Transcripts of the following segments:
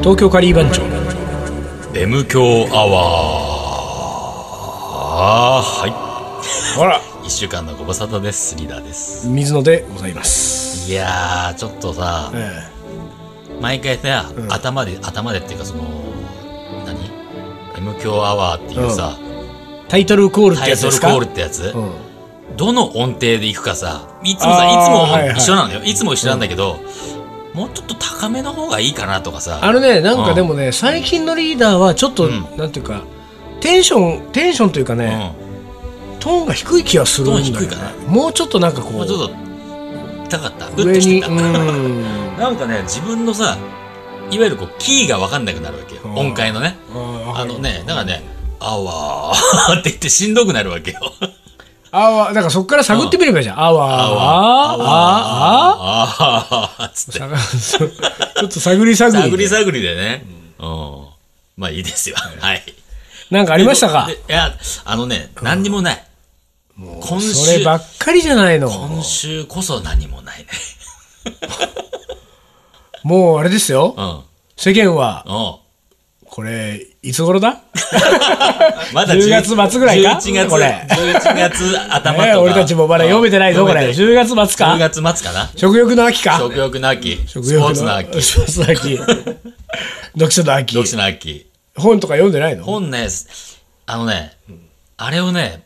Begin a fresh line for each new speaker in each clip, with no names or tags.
東京カリー番長
M 強アワーは
ほら
い一週間のご無沙汰ですリーダーです
水野でございます
いやーちょっとさ
え
毎回さ、
うん
頭で頭でっていうかその何 M 強アワーっていうさ、
えタイトルコールっ
タ
て
イ
やつ
ト
で
ル
す
コ
か
ールってやつ、
うん
どの音程で行くかさいつもさいつ
あー
も
はいはい
一緒なんだよ、いつも一緒なんだけど、もうちょっと高めの方がいいかなとかさ
あのねなん
う
か
ん
でもね最近のリーダーはちょっと、
うん
なんていうかテンションテンションというかね、
う
トーンが低い気がするんだよ、ね、
トーン低いかな
もうちょっとなんかこ
ん、
う
もうちょっと高かったグッ
上
として
に
た、
うん
なんかね、自分のさ、いわゆるこう、キーがわかんなくなるわけよ。
うん
音階のね。あのね、なんかね、あわーって言ってしんどくなるわけよ。
あわだからそこから探ってみればいいじゃん、あわあわあわあわ
あわーつって。
探すちょっと探り探り
探り探りでね。うん。まあいいですよ。はい。
なんかありましたか
でいや、あのね、何にもない。今
そ
週
れ、ばっかりじゃないの
今週こそ何もないね。
もうあれですよ
うん。うん。
世間はこれいつ頃だ
まだ
10月末ぐらいか
11月、
これ
11月頭とか。
ねえ俺たちもまだ読めてないぞ
うん
これ
読めて
10月末か
10月末かな。
食欲の秋か
食欲の秋、スポ
食欲
ーツの秋、
スポーツの秋 読書の秋
読書の秋。
本とか読んでないの
本ね、あのね、あれをね、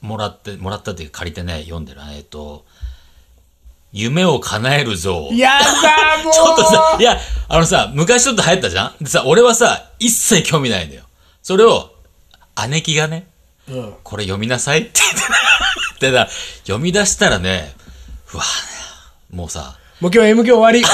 もらって、もらったっていうか借りてね、読んでる。えっと、夢を叶えるぞ。 ち
やだもう
ょっとさ、いや、あのさ、昔ちょっと流行ったじゃんでさ、俺はさ、一切興味ないんだよ。それを、姉貴がね、
うん
これ読みなさいって 言って、でな読み出したらね、うわ、もうさ、
もう今日 M 響終わり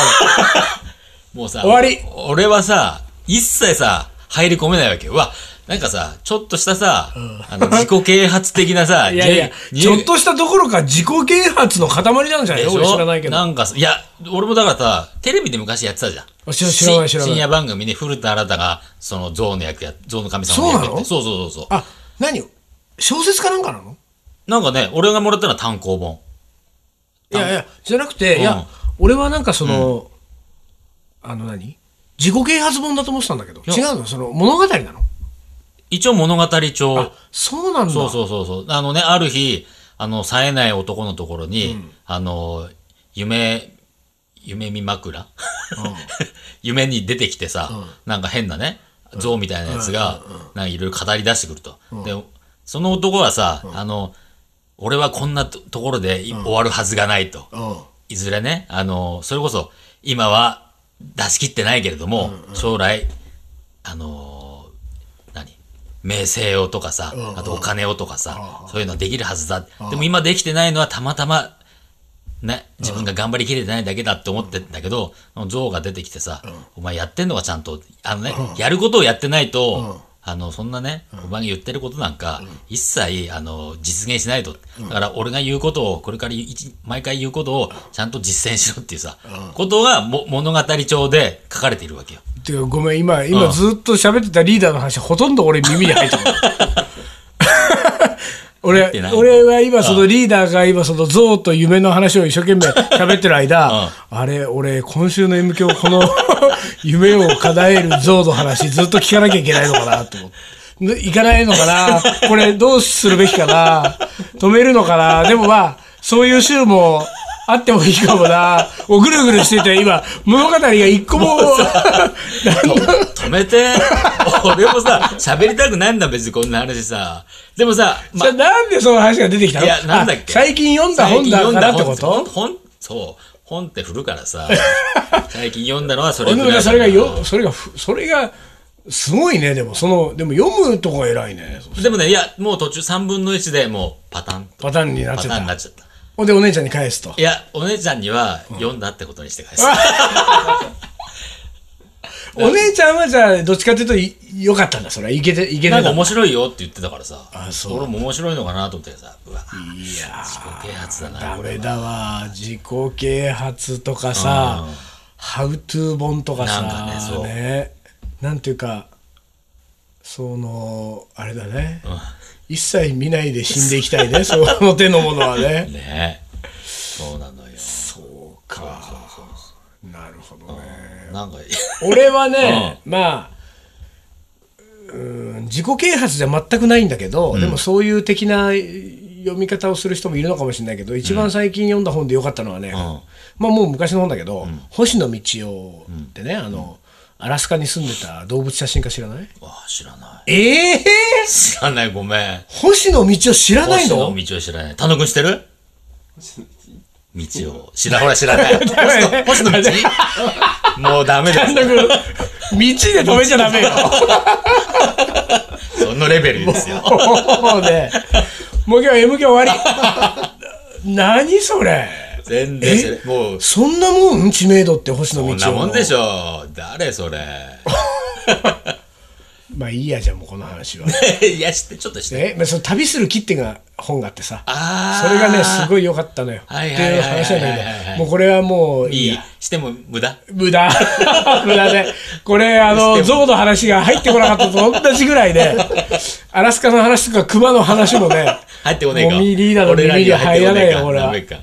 もうさ、
終わり
お俺はさ、一切さ、入り込めないわけよ。うわ、なんかさ、ちょっとしたさ、あの、自己啓発的な さ、
いやいや
に
ちょっとしたどころか自己啓発の塊なんじゃない
でしょ
俺知らないけど
なんかさ、いや、俺もだからさ、テレビで昔やってたじゃん。
知ら知らない
し
知らない
深夜番組で古田新太が、その、象の役や、象の神様役やってて。そうそうそうそう。
あ何小説かなんかなの
なんかね、俺がもらったのは単行本。
いやいや、じゃなくて、
うん
いや、俺はなんかその、あの何自己啓発本だと思ってたんだけど、
や
違うのその物語なの
一応物語帳。
あ、そうなんだ。
そうそうそうそう。あのね、ある日、あの、冴えない男のところに、あの、夢、夢見枕、 夢に出てきてさ、なんか変なね、像みたいなやつが、なんかいろいろ語り出してくると。で、その男はさ、あの、俺はこんなとところでい終わるはずがないと。
うん。
いずれね、あの、それこそ、今は出し切ってないけれども、将来、あの、何名声をとかさ、あとお金をとかさ、そういうのはできるはずだ。でも今できてないのはたまたま、ね、自分が頑張りきれてないだけだって思ってんだけど、像が出てきてさ、お前やってんのかちゃんと、あのね、やることをやってないと、あの、そんなね、お前が言ってることなんか、一切、あの、実現しないと。だから、俺が言うことを、これから一毎回言うことを、ちゃんと実践しろっていうさ、ことがも物語帳で書かれているわけよ。
てか、ごめん、今、今ずっと喋ってたリーダーの話、ほとんど俺耳に入ってこない 俺
てない
俺は今、そのリーダーが今、その像と夢の話を一生懸 命喋ってる間、あれ、俺、今週の M 響、この 夢を叶える像の話、ずっと聞かなきゃいけないのかなと思って。ぬ行かないのかなこれ、どうするべきかな止めるのかなでもまあ、そういう週も、あってもいいかもな。おぐるぐるしてて、今、物語が一個 も、
止めて俺もさ、喋りたくないんだ、別にこんな話さ。でもさ、ま
じゃあなんでその話が出てきたの
いや、なんだっけ
あ最近読んだ本だからってこ
最近読んだ本
と
本、そう。本って振るか らさ。最近読んだのはそれ
俺の
ぐらいだ
それがよ、それがふ、それが、すごいね、でも、その、でも読むとこが偉いね。
でもね、いや、もう途中3分の1でもうパタンと。
パターンになっ
パ
ち
タ
ゃ
ー
っ
ンに
た。
なっちゃった。
ほんで、お姉ちゃんに返すと。
いや、お姉ちゃんには読んだってことにして返す。
お姉ちゃんは、じゃあ、どっちかというとい、良かったんだ、それは。いけて、いけて
なんか
た。
面白いよって言ってたからさ。
あそう
俺も面白いのかなと思ってさ。うわ、
いや
自
ー、
己啓発だな。
ダメだわ。自己啓発とかさ、ハウトゥー本とかさ、
なんかねそう
ねなんていうか、その、あれだね。一切見ないで死んでいきたい ね、その手のものはね。
ねそうなのよ。
そうか。なるほどね。
なんか、
俺はね、まあうーん自己啓発じゃ全くないんだけど、でもそういう的な読み方をする人もいるのかもしれないけど一番最近読んだ本でよかったのはね、まあもう昔の本だけど、星野道夫ってね、あのアラスカに住んでた動物写真家知らない
わあ、知らない。
ええ
知らない、ごめん。
星野道夫知らない
星
の
野道を知らない。田野くん知ってる道を。知ら、ほら知らない。 星野、星野道もうダメです。
道で止めちゃダメ よ。
そのレベルですよ。
もうね、もう今日 M 響終わ り。何それ。
全然知らない。もう、
そんなもん知名度って星野道夫
そん
の。
なもんでしょ。誰それ。
まあいいやじゃあもうこの話は。
いや、知って、ちょっと知って。
え、まあ、その旅する切手が本があってさ。
あー
それがね、すごい良かったのよ。
はい
って
はいいうはいはいはい
話なん
はいはい
だ
は
け
い
ど、もうこれはもうい
い
い
い
や。。
しても無駄。
無駄。無駄で。これ、あ
して
の、
も
象の話が入ってこなかったと同じぐらいで、アラスカの話とか熊の話もね、
入ってこないか。
もみリーダーの
俺ら
耳
に
に
は入
入
って
ら
こな
ないい
か。
よ、これ
ダ
は。
メか。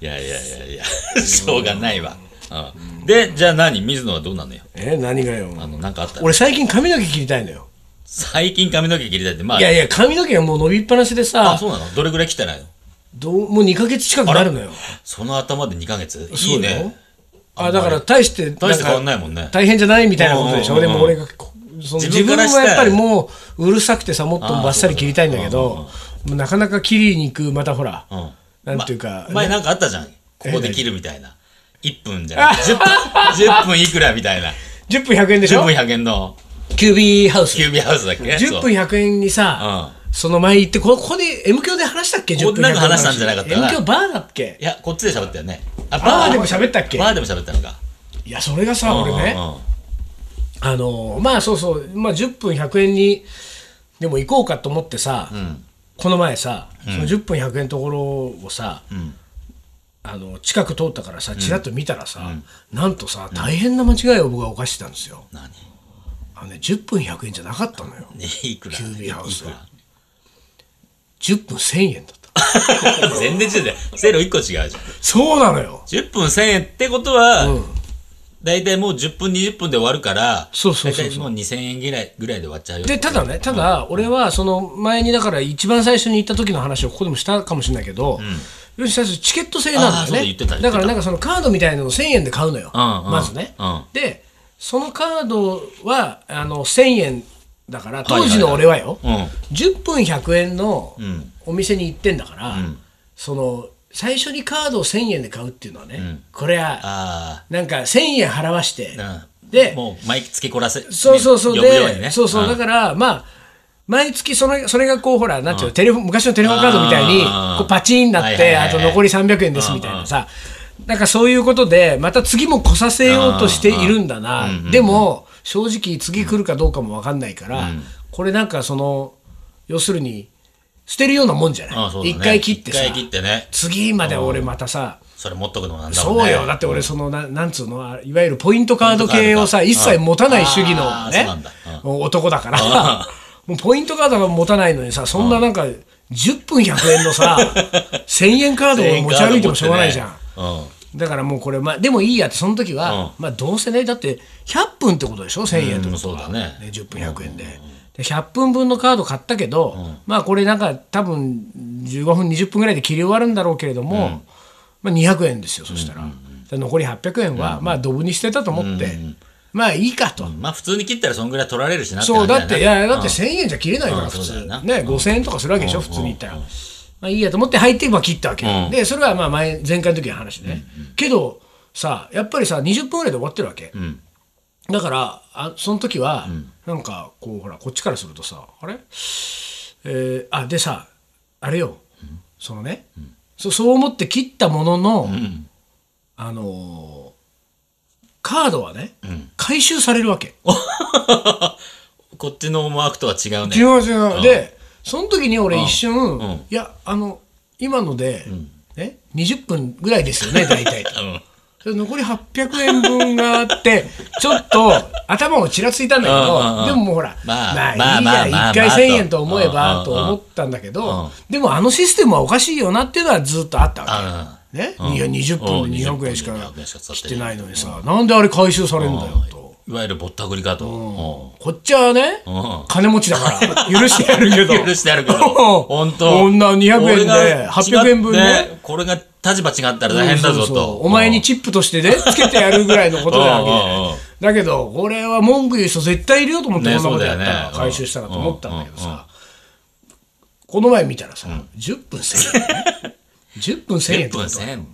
いやいやいやいや、 しょうがないわ。うんで、じゃあ何水野はどうなのよ。
え、何がよ。
あの、なんかあった
俺最近髪の毛切りたいのよ。
最近髪の毛切りたいって、まあ
い、やいや、髪の毛がもう伸びっぱなしで
あ、
さ、
そうなのどれぐらい切ってないの
どうもう2ヶ月近くなるのよ。
その頭で2ヶ月い
そ
いう
だよ
ね。
あだから大して
大して変わんない
ん
もん
か
ね。
大変じゃないみたいなことでし
う
ょ
んうん
で
うんうん
も俺がこその
自
自分
分からした
は
ら
やっぱりもううるさくてさもっとバッサリ切りたいんだけどもうなかなか切りに行くまたほら
うん。
なんていうか
前
ね
なんかあったじゃん。ここで切るみたいな。1分じゃなくて、10分、10分いくらみたいな。
10分100円でし
10
ょ
分100円の
キュービーハウス
キュービーハウスだっけ
10分100円にさその前行ってこここで M 響で話したっけ
ここ
10分100円の
なんか話したんじゃなかったかな
M 響バーだっけ
いや、こっちで喋ったよね。あ、
バーでも喋ったっけ
バーでも喋ったのか。
いやそれがさ俺ね
うんうんうん
あのまあそうそうまあ10分100円にでも行こうかと思ってさ
ん
この前さその10分100円のところをさあの近く通ったからさちらっと見たらさなんとさ大変な間違いを僕が犯してたんですよ
何
あのね10分100円じゃなかったのよ
ねいくら
キュービーハウス
いくら
10分1000円だった
全然違うじゃん。セロ1個違うじゃん。
そうなのよ
10分1000円ってことは、大体もう10分20分で終わるから、
そうそうそうそう
大体もう2000円ぐらいぐらいで終わっちゃうよ。
でただねただ俺はその前にだから一番最初に行った時の話をここでもしたかもしれないけど、要するに最初チケット制
あ
な
ー
ん
そう
だ
だ
よ
言っ
ね
てた言ってた
だからなんかそのカードみたいなのを1000円で買うのよ、
うんうん
まずね、
うん
でそのカードはあの1000円だから当時の俺はよ、
うん。
10分100円の
ん
お店に行ってんだから、その最初にカードを1000円で買うっていうのはね、これは
あ
なんか1000円払わして、
あ。うん。
で
もう毎月こらせ。
そうそうそう、
ね
で
呼ぶようにね。
そうそう、だから、まあ、毎月その、それがこう、ほら、なんていうの、テレフォン昔のテレフォンカードみたいに
あー、
こうパチンになっ
はい
て、
はいはい
あと残り300円ですみたいなさ、なんかそういうことで、また次も来させようとしているんだな、でも、正直、次来るかどうかも分かんないから、これなんか、その、要するに、捨てるようなもんじゃ
ああ
な
そう
い
だね
一回切ってさ
一、回切ってね。
次まで俺またさ、
それ持っとくのもなんだもんね。
そうよ。だって俺、その、ななんつうの、あいわゆるポイントカード系をさ、
ポイン
一
トカードか
切持たない主義
あ
の
ーそう
ね
なんだ、
男だから、 もうポイントカードが持たないのにさ、そんななんか、10分100円の さ、1000円カードを持ち歩いてもしょうがないじゃん。
うん。
だからもうこれ、まあ、でもいいやって、その時は、まあ、どうせね、だって、100分ってことでしょ、1000円って
う
こ
ん
と
そう
は、
だね
10分100円で。で100分分のカード買ったけど、まあこれなんか多分15分20分ぐらいで切り終わるんだろうけれども、まあ、200円ですよそしたら,、残り800円はまあドブに捨てたと思って、まあいいかと、
まあ普通に切ったらそんぐらい取られるしなって
そう
感じ
だ
よね
っていやいやだって1000円じゃ切れないから
うん
普
そう
通
だよな
ね5000円とかするわけでしょ普通に言ったらまあいいやと思って入ってまあ切ったわけ
うん
でそれはまあ前前回の時の話ねけどさやっぱりさ20分ぐらいで終わってるわけ
ん
だからあその時はなんかこうほらこっちからするとさあれえーあでさあれよそのねそそう思って切ったもののあのーカードはね回収されるわけ
こっちの思惑とは違うね。
違う違う、でその時に俺一瞬、いやあの今ので、ね20分ぐらいですよね大体
うん。
で残り800円分があってちょっと頭をちらついたんだけど、
うんうんうん
でももうほら、
まあ
まあいい
まあまあまあ
や1回
まあ
1000円と思え
う
ば
ん
と
うんうん
思ったんだけど、でもあのシステムはおかしいよなっていうのはずっとあったわけ
あ
ね、
うん
いや20
う
分
ん
で200円しか
20分で200円しか使っ
来
て
てないのにさ、なんであれ回収されるんだよと。
いわゆるぼったくりかと。うん
こっちはね、
ん
金持ちだから、許してやるけど。、
許してやるけど 本当。
こんな200円
俺が違
で、
っ
800円分ね。
ね。これが立場違ったら大変
そ
だぞ
うそうそ
と。
うお前にチップとしてね、つけてやるぐらいのことな
うんうん
わ
うん
けで。だけど、これは文句言う人絶対いるよと思って、
ね
こんなことやった
そうだよ
ら
ね
回収したらと思ったんだけどさ、この前見たらさ、10分1000円だね。10分1000円っ
10
て
分
こと
1000円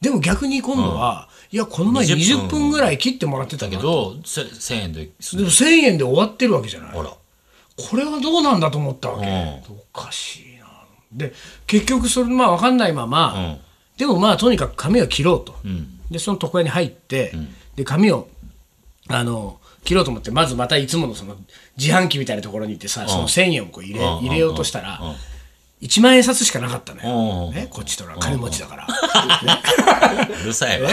でも逆に今度は、いや、この前
20
20分ぐらい切ってもらってた
だ
け
け
ど、
ど、せ1000円で済ん
で
で
も1000
る。
円で終わってるわけじゃない。
ほら。
これはどうなんだと思ったわけ、
う
おかしいなで結局それまあ分かんないまま、
うん
でもまあとにかく髪を切ろうと、
ん
でその床屋に入って、で髪をあの切ろうと思ってまずまたいつものその自販機みたいなところに行ってさ、その1,000円をこう入れ,、
うん
入れようとしたら、
うんうん
1万円札しかなかったのよ、
うん
ね、こっちとら金持ちだから、
うるさいわ。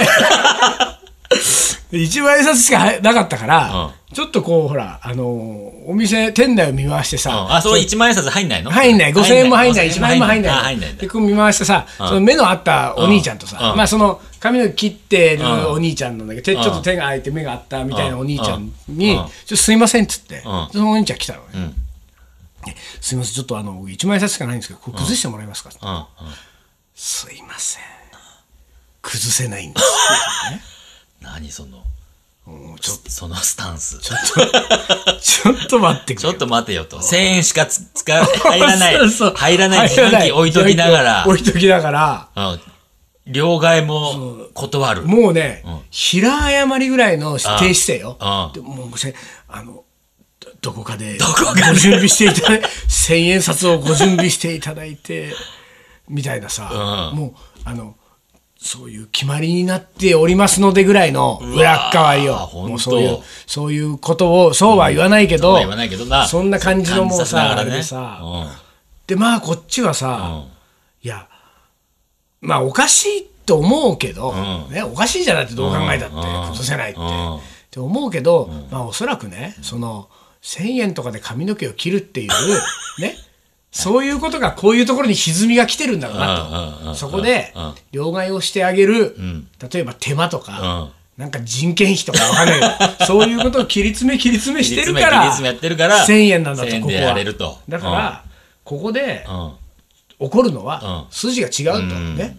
で一万円札しかはなかったから、
う
ちょっとこうほらあのお店店内を見回してさ、
あ、そう、1万円札入んないの
入んない、5000円も入んない、
5000
1万円も入ん
あ
な
入
い
んないん。だ
で、。こう見回してさ、その目の合ったお兄ちゃんとさ
う、ん
まあその髪の毛切ってる
ん
お兄ちゃんなんだけど、手ちょっと手が開いて目が合ったみたいなお兄ちゃんに、ち
うん
ょっとすいませんっつって、そ
ん
のお兄ちゃん来たのね。ですいません、ちょっとあの、1万円札しかないんですけど、これ崩してもらえますか
うん。うん
すいません。崩せないんです。
何その、
もうちょっ
そのスタンス。ちょ
と、 ちょっと待ってくれよ
っと待てよと。1000円しかつ使う、入らな い
そうそう。
入らない自販機置いときながら。
置いときながら。
うん両替も断る。
もうね、平謝りぐらいの低姿勢よ
あ。あ
でもうごめんなさいあのどどこかで
こかで
ご準備していただい千円札をご準備していただいてみたいなさ、
うん
もうあのそういう決まりになっておりますのでぐらいの裏っ側よ。
ほんと
もうそういうそういうことをそうは言わないけど、
そうは言わないけどな
そんな感じのもう
感じさせな
さ
がら
あ
ね
れでさ、
うん
でまあこっちはさ、いや、まあおかしいと思うけど、
うん
ね、おかしいじゃないってどう考えたって、
うん
崩せないって、
うん
って思うけど、まあおそらくね、その1000円とかで髪の毛を切る っていう、ね、そういうことがこういうところに歪みが来てるんだろうな
うんうんう
と。
ん
そこで
うん、
両替をしてあげる、
ん
例えば手間とか、なんか人件費とかわかんないけど、そういうことを切り詰め切り詰めしてるから、
切り詰め切り詰めやってるから
1000円なんだと、
1000
こ
円
こ
で
は。
やれると
だから、ここで、
うんうん
怒るのは
うん
筋が違うと、
うん
ね、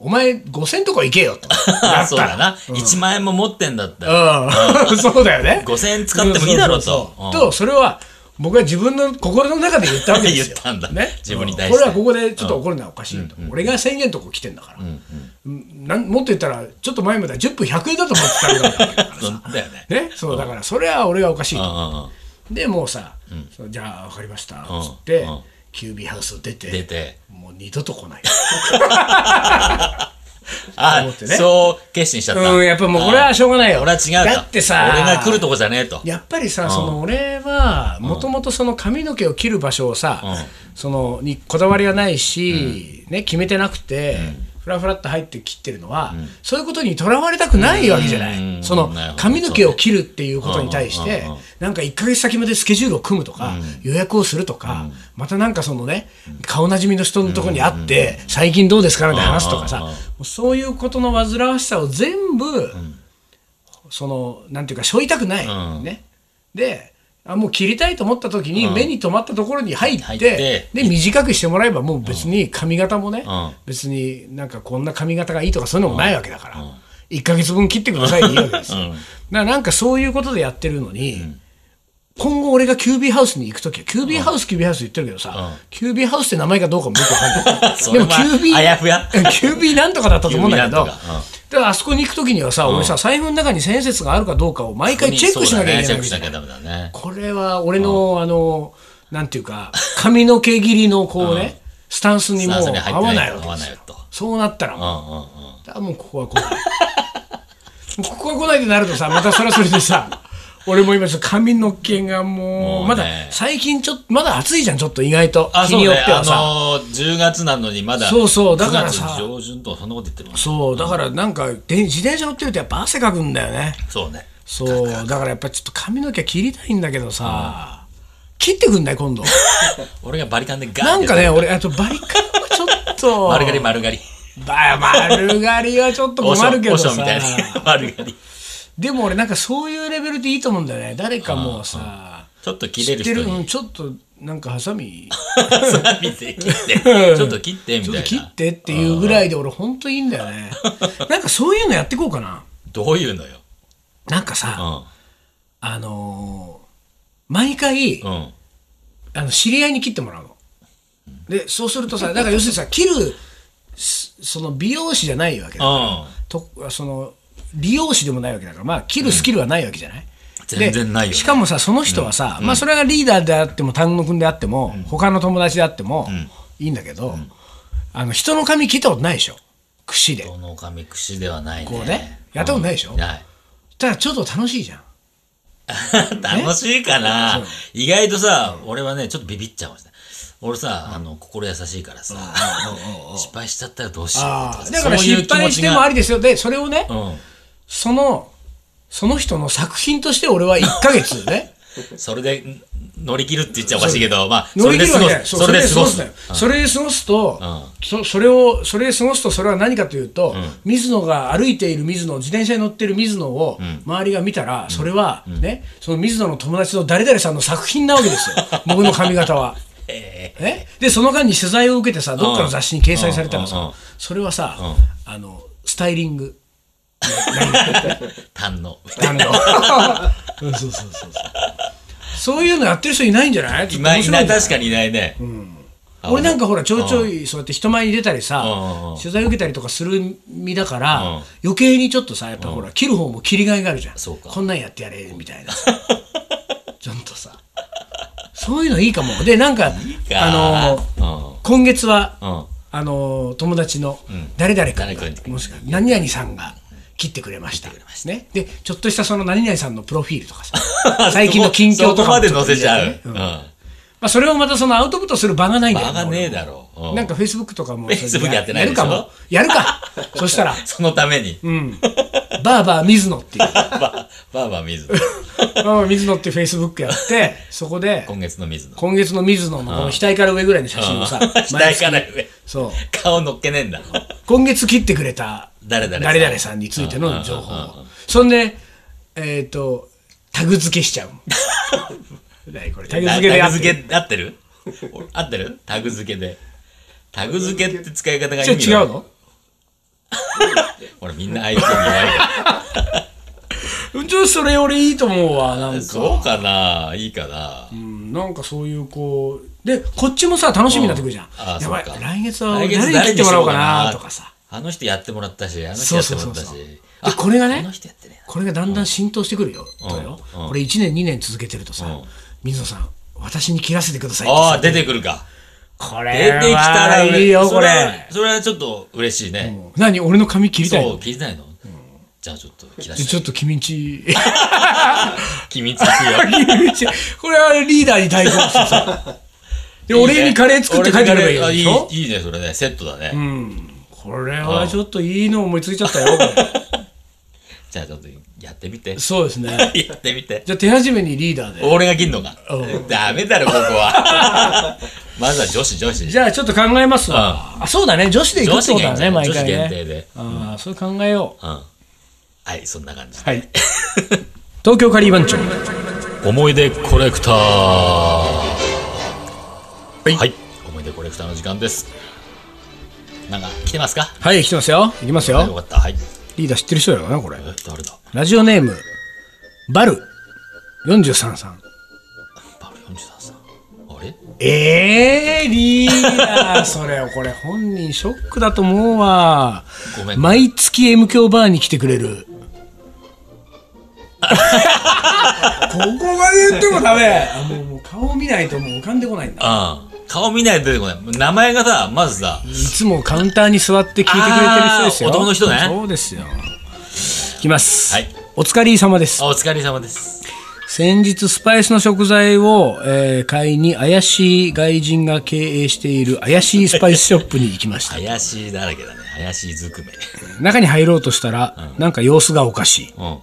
お前5000とか行けよと
あ そうだな。1万円も持ってんだったら。
うんそうだよね
5000円使ってもいいだろうと
そうそうそう
うん
とそれは僕は自分の心の中で言ったわけですよ
言ったんだ
ね、
自分に対して
うんこれはここでちょっと怒るのはおかしいと、俺が1000円とこ来てんだから、うんなんもっと言ったらちょっと前までは10分100円だと思ってたんだから
そう
さ
だよ ね。
ね、そうだからそれは俺がおかしいと
うんうんうん
でもうさ、そうじゃあ分かりましたっ
ん
つって、
うん
キュービーハウスを出て
出て。
もう二度と来ない
あ
思ってね
そう決心しちゃった。
うん、やっぱもうこれはしょうがないよ。
俺は違うと
だってさ、
俺が来るとこじゃねえと。
やっぱりさ、その俺は、もともとその髪の毛を切る場所をさ、その、にこだわりがないし、ね、決めてなくて、ふらふらっと入って切ってるのは、そういうことにとらわれたくないわけじゃな
うん
い。その
なるほど
髪の毛を切るっていうことに対して
うんうんうん、
なんか1ヶ月先までスケジュールを組むとか、予約をするとか、またなんかそのね、顔なじみの人のところに会って、最近どうですかなんて話すとかさ、
うんうん
も
うん
うそういうことの煩わしさを全部、そのなんていうか背負いたくない、
うん
ねであもう切りたいと思った時に目に留まったところに入って,、
入って
で短くしてもらえばもう別に髪型もね、
うん
別になんかこんな髪型がいいとかそういうのもないわけだから、1か月分切ってくださいでいいわけですよ、だからなんかそういうことでやってるのに、今後俺がキュービーハウスに行くときは、キュービーハウス、キュービーハウス言ってるけどさ、キュービーハウスって名前かどうかもよくわかんない
。それはあやふや
キュービーなんとかだったと思うんだけど、
キュービーなんとかうん
だからあそこに行くときにはさ、俺さ、財布の中に千円札があるかどうかを毎回チェックしなきゃいけないわけ
そうだ
じゃな
ねチェックしなき
い
ゃダメだね。
これは俺の、あの、なんていうか、髪の毛切りのこうね、スタンスにもう
スタンスに入
合
ってな
わ
い
ないわけですよ
合わないと。
そうなったら
う
もう、
んうんうん
だからもうここは来ない。もう ここは来ないってなるとさ、またそれはそれでさ、俺も今ちょっと髪の毛がもう、
もうね
まだ最近ちょっと、まだ暑いじゃん、ちょっと意外と。
あ、
日
そう
に
ね。
よって
あ
はさ。
のー、10月なのにまだ。
そうそうだからさ
9月上旬とかそんなこと言ってるもんね
そう、だからなんか、で自転車乗ってるとやっぱ汗かくんだよね。
そうね。
そう、だからやっぱちょっと髪の毛切りたいんだけどさ、切ってくんない今度。
俺がバリカンでガーン
なんかね、
やった
俺、あとバリカンはちょっと。
丸刈り丸刈り。
ば丸刈りはちょっと困るけど
オ
さ
ションオションみたいに 丸刈り
でも俺なんかそういうレベルでいいと思うんだよね誰かもうさ
ちょっと切
知
れ
っ
る
て
人
るう
に
んちょっとなんかハサミ
そら見て切ってちょっと切ってみ
ちょったと
い
切
な
ってっていうぐらいで俺ほんといいんだよねなんかそういうのやっていこうかな
どういうのよ
なんか
う
さ
ん
あのー毎回
うん
あの知り合いに切ってもらうのでそうするとさだから要するにさ切るすその美容師じゃないわけだ
うん
とその理容師でもないわけだから、まあ、切るスキルはないわけじゃない、で
全然ないよね
しかもさその人はさ、まあ、それがリーダーであっても丹野くんであっても、他の友達であっても、いいんだけど、あの人の髪切ったことないでしょ櫛で
どの髪櫛ではないね
こうねやったことないでしょ
うんない
ただちょっと楽しいじゃん
楽しいかな意外とさ俺はねちょっとビビっちゃうもんね俺さあの心優しいからさ失敗しちゃったらどうしようとかさ
だから
そういう
失敗してもありですよでそれをね、
気持ちが
そのその人の作品として俺は1ヶ月ね
うんそれでん乗り切るって言っちゃおかしいけどまあそ
乗り
れで
切るわけ
過ご
じゃない
す
そう
それで過ご
そ
す
れで過ごすのよそれで過ごすと、そそれをそれで過ごすとそれは何かというと、水野が歩いている水野自転車に乗ってる水野を周りが見たら、それはね、その水野の友達の誰々さんの作品なわけですよ僕の髪型は。
え
ね、でその間に取材を受けてさどっかの雑誌に掲載されたらさ、
うんうんうん
それはさ、あのスタイリング。
ー堪能
なんだそうそうそうそう。そういうのやってる人いないんじゃないちょっと
今
面
い
白
ないい
ね
確かにいないね
俺なんかほらちょいちょいそうやって人前に出たり
うんうん
さ
うん
取材受けたりとかする身だから
うん
余計にちょっとさやっぱほら切る方も切りがいがあるじゃん
そうか
こんなんやってやれみた いなさちょっとさそういうのいいかもでなんかあの
の
今月は
うん
あの友達の誰々
誰か
君
に
がもしくは何々さんが切ってくれましたねでちょっとしたその何々さんのプロフィールとかさ 最近の近況と
そ
かも
こまで
ちょっ
載
と
せ
入
ち
れ
ゃ
て
う
ね
うん
まあ、それをまたそのアウトプットする場がないんだよ
場がねえだろう
なんかフェイスブックとかも
Facebook やってない
や
で
る
しょ
かもやる かそしたら
そのために
バーバー水野っていうバ
ババーバー 水野
ーバー水野っていうフェイスブックやってそこで
今月の水野
今月の水野のこの額から上ぐらいの写 真をさ
うん
毎
額
月
から上
そう
顔乗っけねえんだ
今月切ってくれた
誰々さん
誰々さんについての情報をそんでえっ、とタグ付けしちゃ う何これタグ付けでや
タ
っ
グ
て
付け合ってる合ってる タグ付けでタグ付けって使い方が
ちょ
意
っと
味
違
が
うの
ほらみんな相手に弱いか
うんちょっとそれ俺いいと思うわなん
ら
か
そうかないいかな
うんなんかそういうこうでこっちもさ楽しみになってくるじゃん、
あ
やばい
そうか
来月は
来
俺
月
誰に切ってもらおうかなとかさ
あの人やってもらったしあの人
そ
や
う
って
そう
もら
そ
っ
うそ
た
う
し
でこれが
あ
ね
の人やってね
これがだんだん浸透してくるよ、とよ、
うん
これ1年2年続けてるとさ、水野さん私に切らせてくださいって
あ
さ
あ出てくるか
こ
出て
れ
きたら
は
うれ
いいよ
そ
こ
れ
れ
それはちょっと嬉しいね
何俺の髪切りたい
そう
の
聞いてないのじゃあちょっと聞き出
ち
し
ょ
て
っと君んち
君 つきよ
君んちこれはリーダーに対抗してさでお礼にカレー作って帰ってくればいい
あ
で
い
しょ
いいいねそれねセットだね
これはちょっといいの思いついちゃったよこ れ
じゃあちょっと やってみて
そうですね
やってみて
じゃあ手始めにリーダーで。
俺が切んのかダメだろここ はまずは女子女子
じゃあちょっと考えますわ。あそうだね、女子で行く
女
って
子
ことだ
限定
ね、毎
女子
回
限定
ね。
で
ああ、それ考えよう。
うんはいそんな感じ
はい。 東京カリー番長。
思い出コレクターはい、
い
思い出コレクターの時間ですなんか来てますか
はい、来てますよ。行きます
あよ
よ。
かったはい
リーダー知ってる人だよな、これ
え。誰だ
ラジオネーム、バル、43さん。
バル43さんあれ
ええー、リーダー、それ、これ本人ショックだと思うわ。
ごめん
毎月 M 強バーに来てくれ る。ここまで言ってもダメ。あもうもう顔見ないともう浮かんでこないんだ。
うん顔見ないと出てこない名前がさまずさ
いつもカウンターに座って聞いてくれてる人ですよ。
あー男の人ね
そうですよ。いきます。
はい
お疲れ様です
あ。お疲れ様です
先日スパイスの食材を、えー買いに怪しい外人が経営している怪しいスパイスショップに行きました。
怪しいだらけだね怪しい ずくめ
中に入ろうとしたら、なんか様子がおかしい。
うん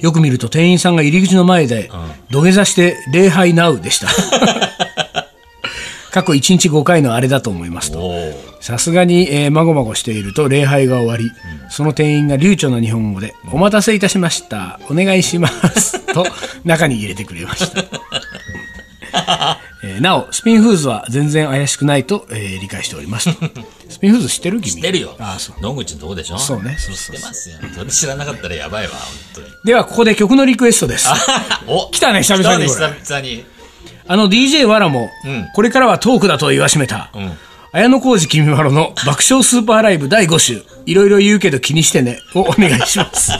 よく見ると店員さ んが入り口の前で、土下座して礼拝ナウでした。過去1日5回のあれだと思いますと。
おー
さすがに、えーまごまごしていると礼拝が終わり、その店員が流暢な日本語で、お待たせいたしました。お願いし ます。と、中に入れてくれました。 えーなお、スピンフーズは全然怪しくないと、えー理解しております と。スピンフーズ知ってる君知っ
出るよ
ああ、そう。
野口のとこでしょ
そうねそう
知
そうそう
ってますよそれ知らなかったらやばいわ本
では、ここで曲のリクエストです。
当に お
来たね久々に
来たね久々に
あの DJ わらも、
ん
これからはトークだと言わしめた。
ん
綾小路君まろの爆笑スーパーライブ第5週、いろいろ言うけど気にしてね、をお願いし ます。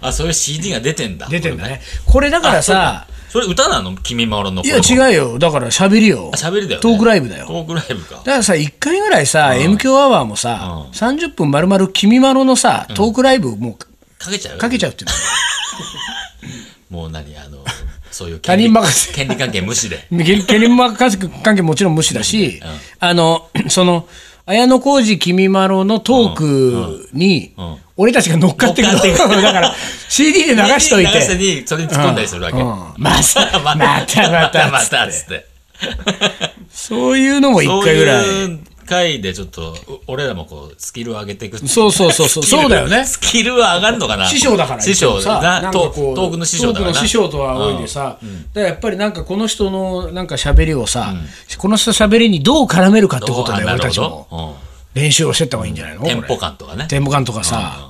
あそういう CD が出てんだ
出てるね。これだからさ、
それ歌なの君まろの
いや
う
違うよ。だから喋りよ。
喋りだよね
トークライブだよ。
トークライブか
だからさ、1回ぐらいさ、M 強アワーもさ、30分丸々君まろのさ、トークライブも
かけちゃう
うかけちゃうっていうの。
もう何 あのそういう
他人任せ
権利関係無視で
ゲゲリマ関係もちろん無視だし、あの、 その、綾小路きみまろのトークに
んうん、
俺たちが乗っかってくる。
乗っかってくる
だから、CD で流しとい
流して
て、
にそれに突っ込んだりするわけ、
うんうんまたまたま
ま
た
た
ま
ま
た
た
っ
っ
つ
つ
っ
って
そういうのも一
そう
回ぐらい。
いう回でちょっとお俺らもこうスキルを上げていく
そうそうそうそう
スキル
そうだよね
スキルは上がるのかな
師匠だから
師匠
一応な
だなん
か
ト
こう
ークの師匠だから
トークの師匠とは仰いでさ、だからやっぱりなんかこの人のなんか喋りをさ、この人の喋りにどう絡めるかって
どう
ことで
あ
俺
な
た
る
ち
ほ
も
ど、
練習をしてった方がいいんじゃないの
うん、テンポ
こ
感とかね
れテンポ感とかさ、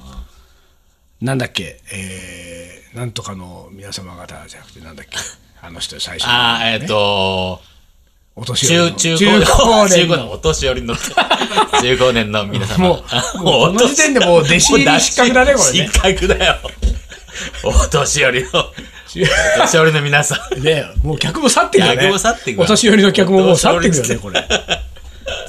なんだっけ、えー、なんとかの皆様方じゃなくてなんだっけあの人最初の
ああえっ、と
お年寄り
中
の中
中高中
高
高
年
年
の
お年寄り の中高年の皆様
もうもうこの時点でもう弟子入り失格だねこれね
失格だよお年寄りのお年寄りの皆さん
ねもう客も去っていくよね
客も去っていくわ
お年寄りの客ももう去っていくよね
お年寄り
これ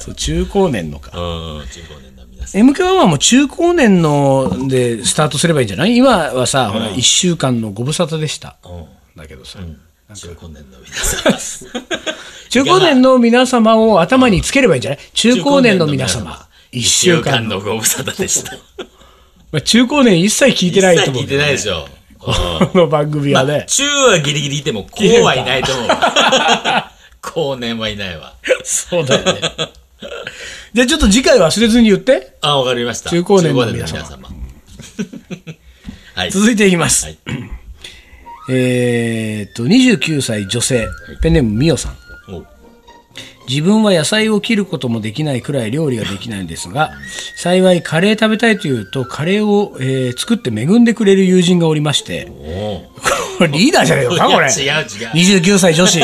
そう中高年のか
うん中高年の皆さん
MK はもう中高年のでスタートすればいいんじゃない今はさ、ほら、1週間のご無沙汰でした。
うん
だけどさ、
中高年の皆さん
中高年の皆様を頭につければいいんじゃない中高年の皆様、1週間の。
のご無沙汰でした
まあ、中高年一切聞いてないと思うん
聞い
だ
て
よ
ない
ね、
でしょ
この番組はね。
中はギリギリいても高はいないと思う 高年はいないわ
そうだよ ね。じゃあちょっと次回忘れずに言って。
あわかりました
中高年の皆様
中高はい
続いていきます。
はい
えーっと、29歳女性、ペンネームみおさん。
おう
自分は野菜を切ることもできないくらい料理ができないんですが、幸いカレー食べたいというと、カレーを、えー作って恵んでくれる友人がおりまして、
おう
これリーダーじゃねえのか、これ。
いや違う違う
29歳女子。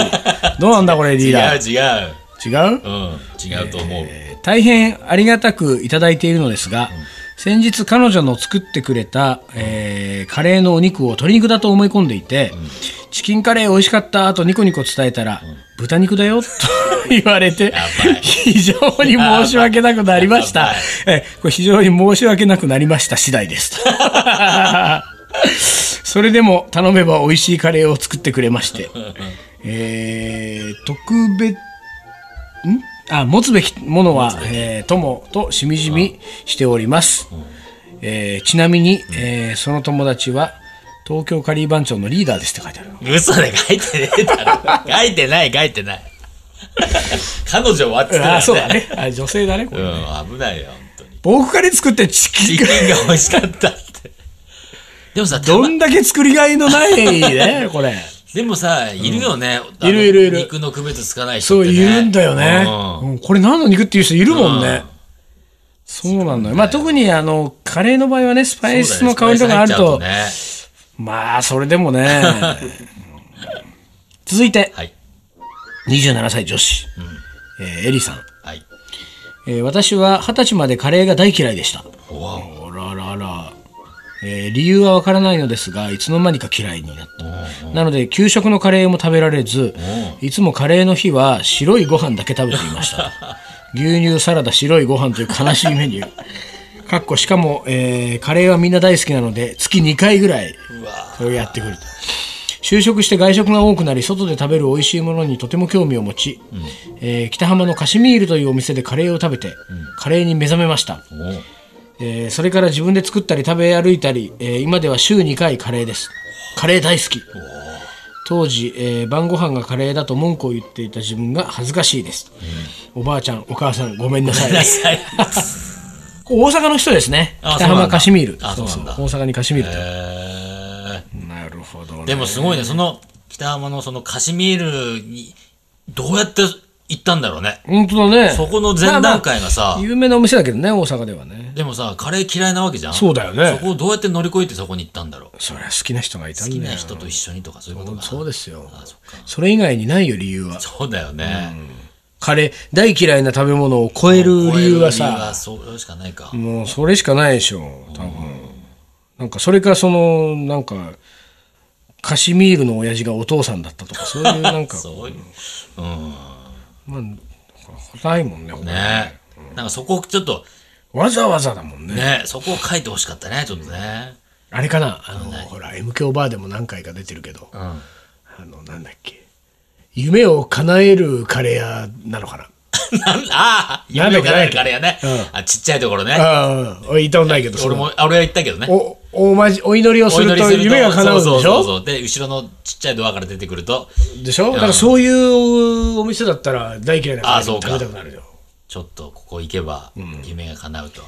どうなんだ、これ、リーダ
違
ー
う。違う
違う
うん違うと思う
えー大変ありがたくいただいているのですが、先日彼女の作ってくれた、えーカレーのお肉を鶏肉だと思い込んでいて、チキンカレー美味しかったとニコニコ伝えたら、豚肉だよと言われて
ばい、
非常に申し訳なくなりました
やばい。
えーこれ非常に申し訳なくなりました次第です。 とそれでも頼めば美味しいカレーを作ってくれまして、えー特別んあ持つべきものは、えー友としみじみしております、えーちなみに、えーその友達は東京カリー番長のリーダーですって書いてある
嘘で書いてねえだろ書いてない書い てない彼女はっつってたから
あそうだねあ女性だねこれ、
うん危ないよ本当に
僕から作ってチキ
チ
ン
キン
が
が美味しかったってでもさたま
どんだけ作りがいのない ねこれ
でもさいるよね、あの
いるいるいる
肉の区別つかない
そ
人っ
う
て、ね、
いるんだよね、
うん
うんこれ何の肉っていう人いるもんね、そうなんだよまあ特にあのカレーの場合はねスパイスの香りとかある
そ
と
うだね
まあそれでも ね続いて
スパイス入っちゃうとね
27歳女子、えーエリさん、
はいはい
えー私は二十歳までカレーが大嫌いでした
おわお
あららら、えー理由はわからないのですがいつの間にか嫌いになったなので給食のカレーも食べられずいつもカレーの日は白いご飯だけ食べていました牛乳サラダ白いご飯という悲しいメニューかっこしかも、えーカレーはみんな大好きなので月2回ぐらいそれをやってくると就職して外食が多くなり外で食べる美味しいものにとても興味を持ち、えー北浜のカシミールというお店でカレーを食べて、カレーに目覚めました、
おう
えーそれから自分で作ったり食べ歩いたり、えー今では週2回カレーですカレー大好き当時、えー晩ご飯がカレーだと文句を言っていた自分が恥ずかしいです、おばあちゃんお母さんごめんなさい
な さい。
大阪の人ですね
あ
北
そうな
浜
んだ
カシミール
あそうなんだ
大阪にカシミールっ
え
て
ー
なるほどね
でもすごいね、その北浜のそのカシミールにどうやって行ったんだろうね。
本当だね
そこの前段階がさ
まあまあ有名なお店だけどね大阪ではね
でもさ、カレー嫌いなわけじゃん
そうだよね
そこをどうやって乗り越えてそこに行ったんだろう。
そりゃ好きな人がいたん
好
だ
き
よ
な人と一緒にとかそういうことか。
そうですよ
あそっか
それ以外にないよ理由は
そうだよね。
カレー大嫌いな食べ物を超える理由は
こういう理由
さ
はそうしかないか。
もうそれしかないでしょ多分なんかそれかそのなんかカシミールの親父がお父さんだったとか そういうなんか
そういう。うん。
まあないもんね
ねなんかそこをちょっと、
わざわざだもんね
ね、そこを書いてほしかったね、ちょっとね。
あれかなあのほら M 響バーでも何回か出てるけど
うん。
あのなんだっけ夢を叶えるカレー屋なのかな
なん ああ、
なんだ
夢
っ
を
けなんだっけ
叶えるカレーやね
うん。
あ、ちっちゃいところね。
ああ俺行ったことないけどそ
俺
の
も、あ俺は行ったけどね。
おおまじお祈りをすると夢が叶うんでしょ
そうそうそうそうで後ろのちっちゃいドアから出てくると
でしょだからそういうお店だったら大嫌いなカレーでも食べたくなるよ
ちょっとここ行けば夢が叶うと、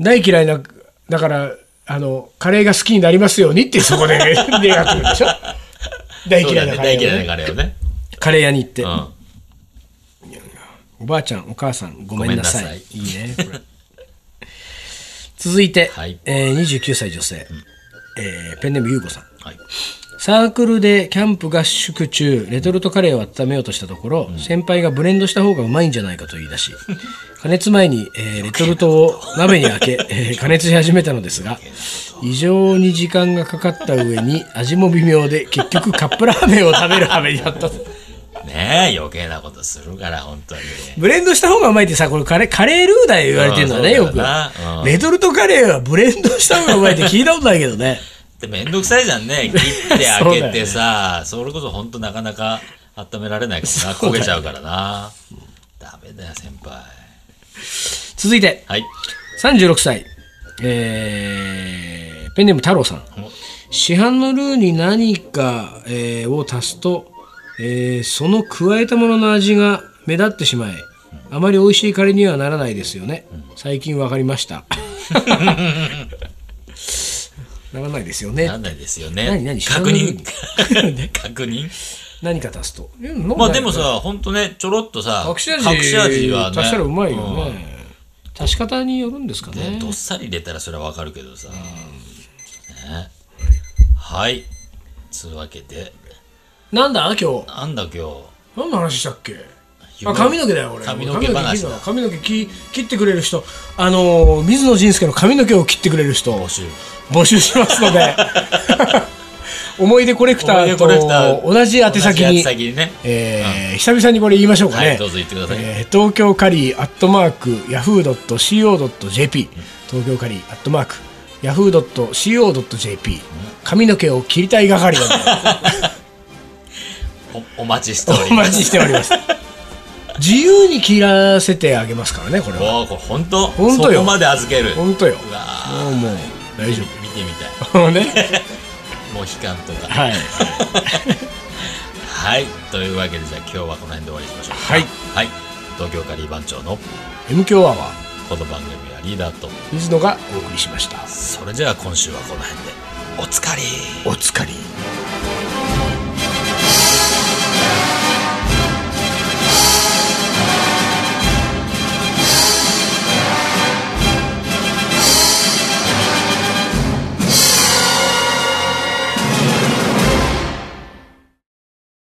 大嫌いなだからあのカレーが好きになりますようにってそこ で願ってるでしょ大
そう
嫌
だ
いな
ね
カ
大
レ
嫌
ーを
い
ね
なカレーをね、
カレー屋に行って、
うん、
おばあちゃんお母さんごめんなさい
ごめんなさ
い
い
いねこれ続いて、
はい
えー29歳女性、えーペンネームゆうこさん
はい
サークルでキャンプ合宿中レトルトカレーを温めようとしたところ、先輩がブレンドした方がうまいんじゃないかと言い出し加熱前に、えーレトルトを鍋に 開け、えー加熱し始めたのですが異常に時間がかかった上に味も微妙で結局カップラーメンを食べる羽目になったと
ねえ余計なことするから本当に
ブレンドした方がうまいってさこれカレーカレールーだよ言われてるのはね
うん
よ
そう
く
だなうん
レトルトカレーはブレンドした方がうまいって聞いたことないけどね
でめんどくさいじゃんね切って
そうだ
開
よ
け
ね
てさそ,、れこそ本当なかなか温められないからな
そう
焦
だよ
げちゃうからなダメだよ先輩
続いて
はい
36歳、えーペンネーム太郎さん
お
市販のルーに何か、えーを足すと、えーその加えたものの味が目立ってしまいあまり美味しいカレーにはならないですよね最近分かりました ならないですよ
な
ね
んないですよね
何何
確認
何
確認
何か足すと
まあでも
なん
さ本当ねちょろっとさ
か隠し味
隠し味はね
足したらうまいよ
ん
ね、足し方によるんですか
ね
ね
どっさり入れたらそれはわかるけどさ、ね、はいつうわけで
なんだ今日
なんだ今日
何の話したっけ
夢
あ髪の毛だよ俺
髪の毛話だ
髪の毛切るわ髪の毛切切ってくれる人あのー水野仁介の髪の毛を切ってくれる人
募集
募集しますの で思い出コレクター
思い出コレクター
と同じ宛先
同じ
に
宛先にね
えー久々にこれ言いましょうかね、
はいどうぞ言ってください
えー東京カリーアットマークヤフー .co.jp 東京カリーアットマークヤフー .co.jp 髪の毛を切りたい係なので
おお待ちしております
お待ちしております。自由に切らせてあげますからね、これは。
おーこれ本当
本当よ
そこまで預ける
本当よ。
うわー
もうもう、大丈
見てみたい
夫。 ね。
モヒカンとかはい、
はい。
というわけでじゃあ今日はこの辺で終わりにしましょうか
はい、
はい、東京カリー番長の
M 強アワー、
この番組はリーダーと
水野がお送りしました。
それじゃあ今週はこの辺でおつかり
お疲れ。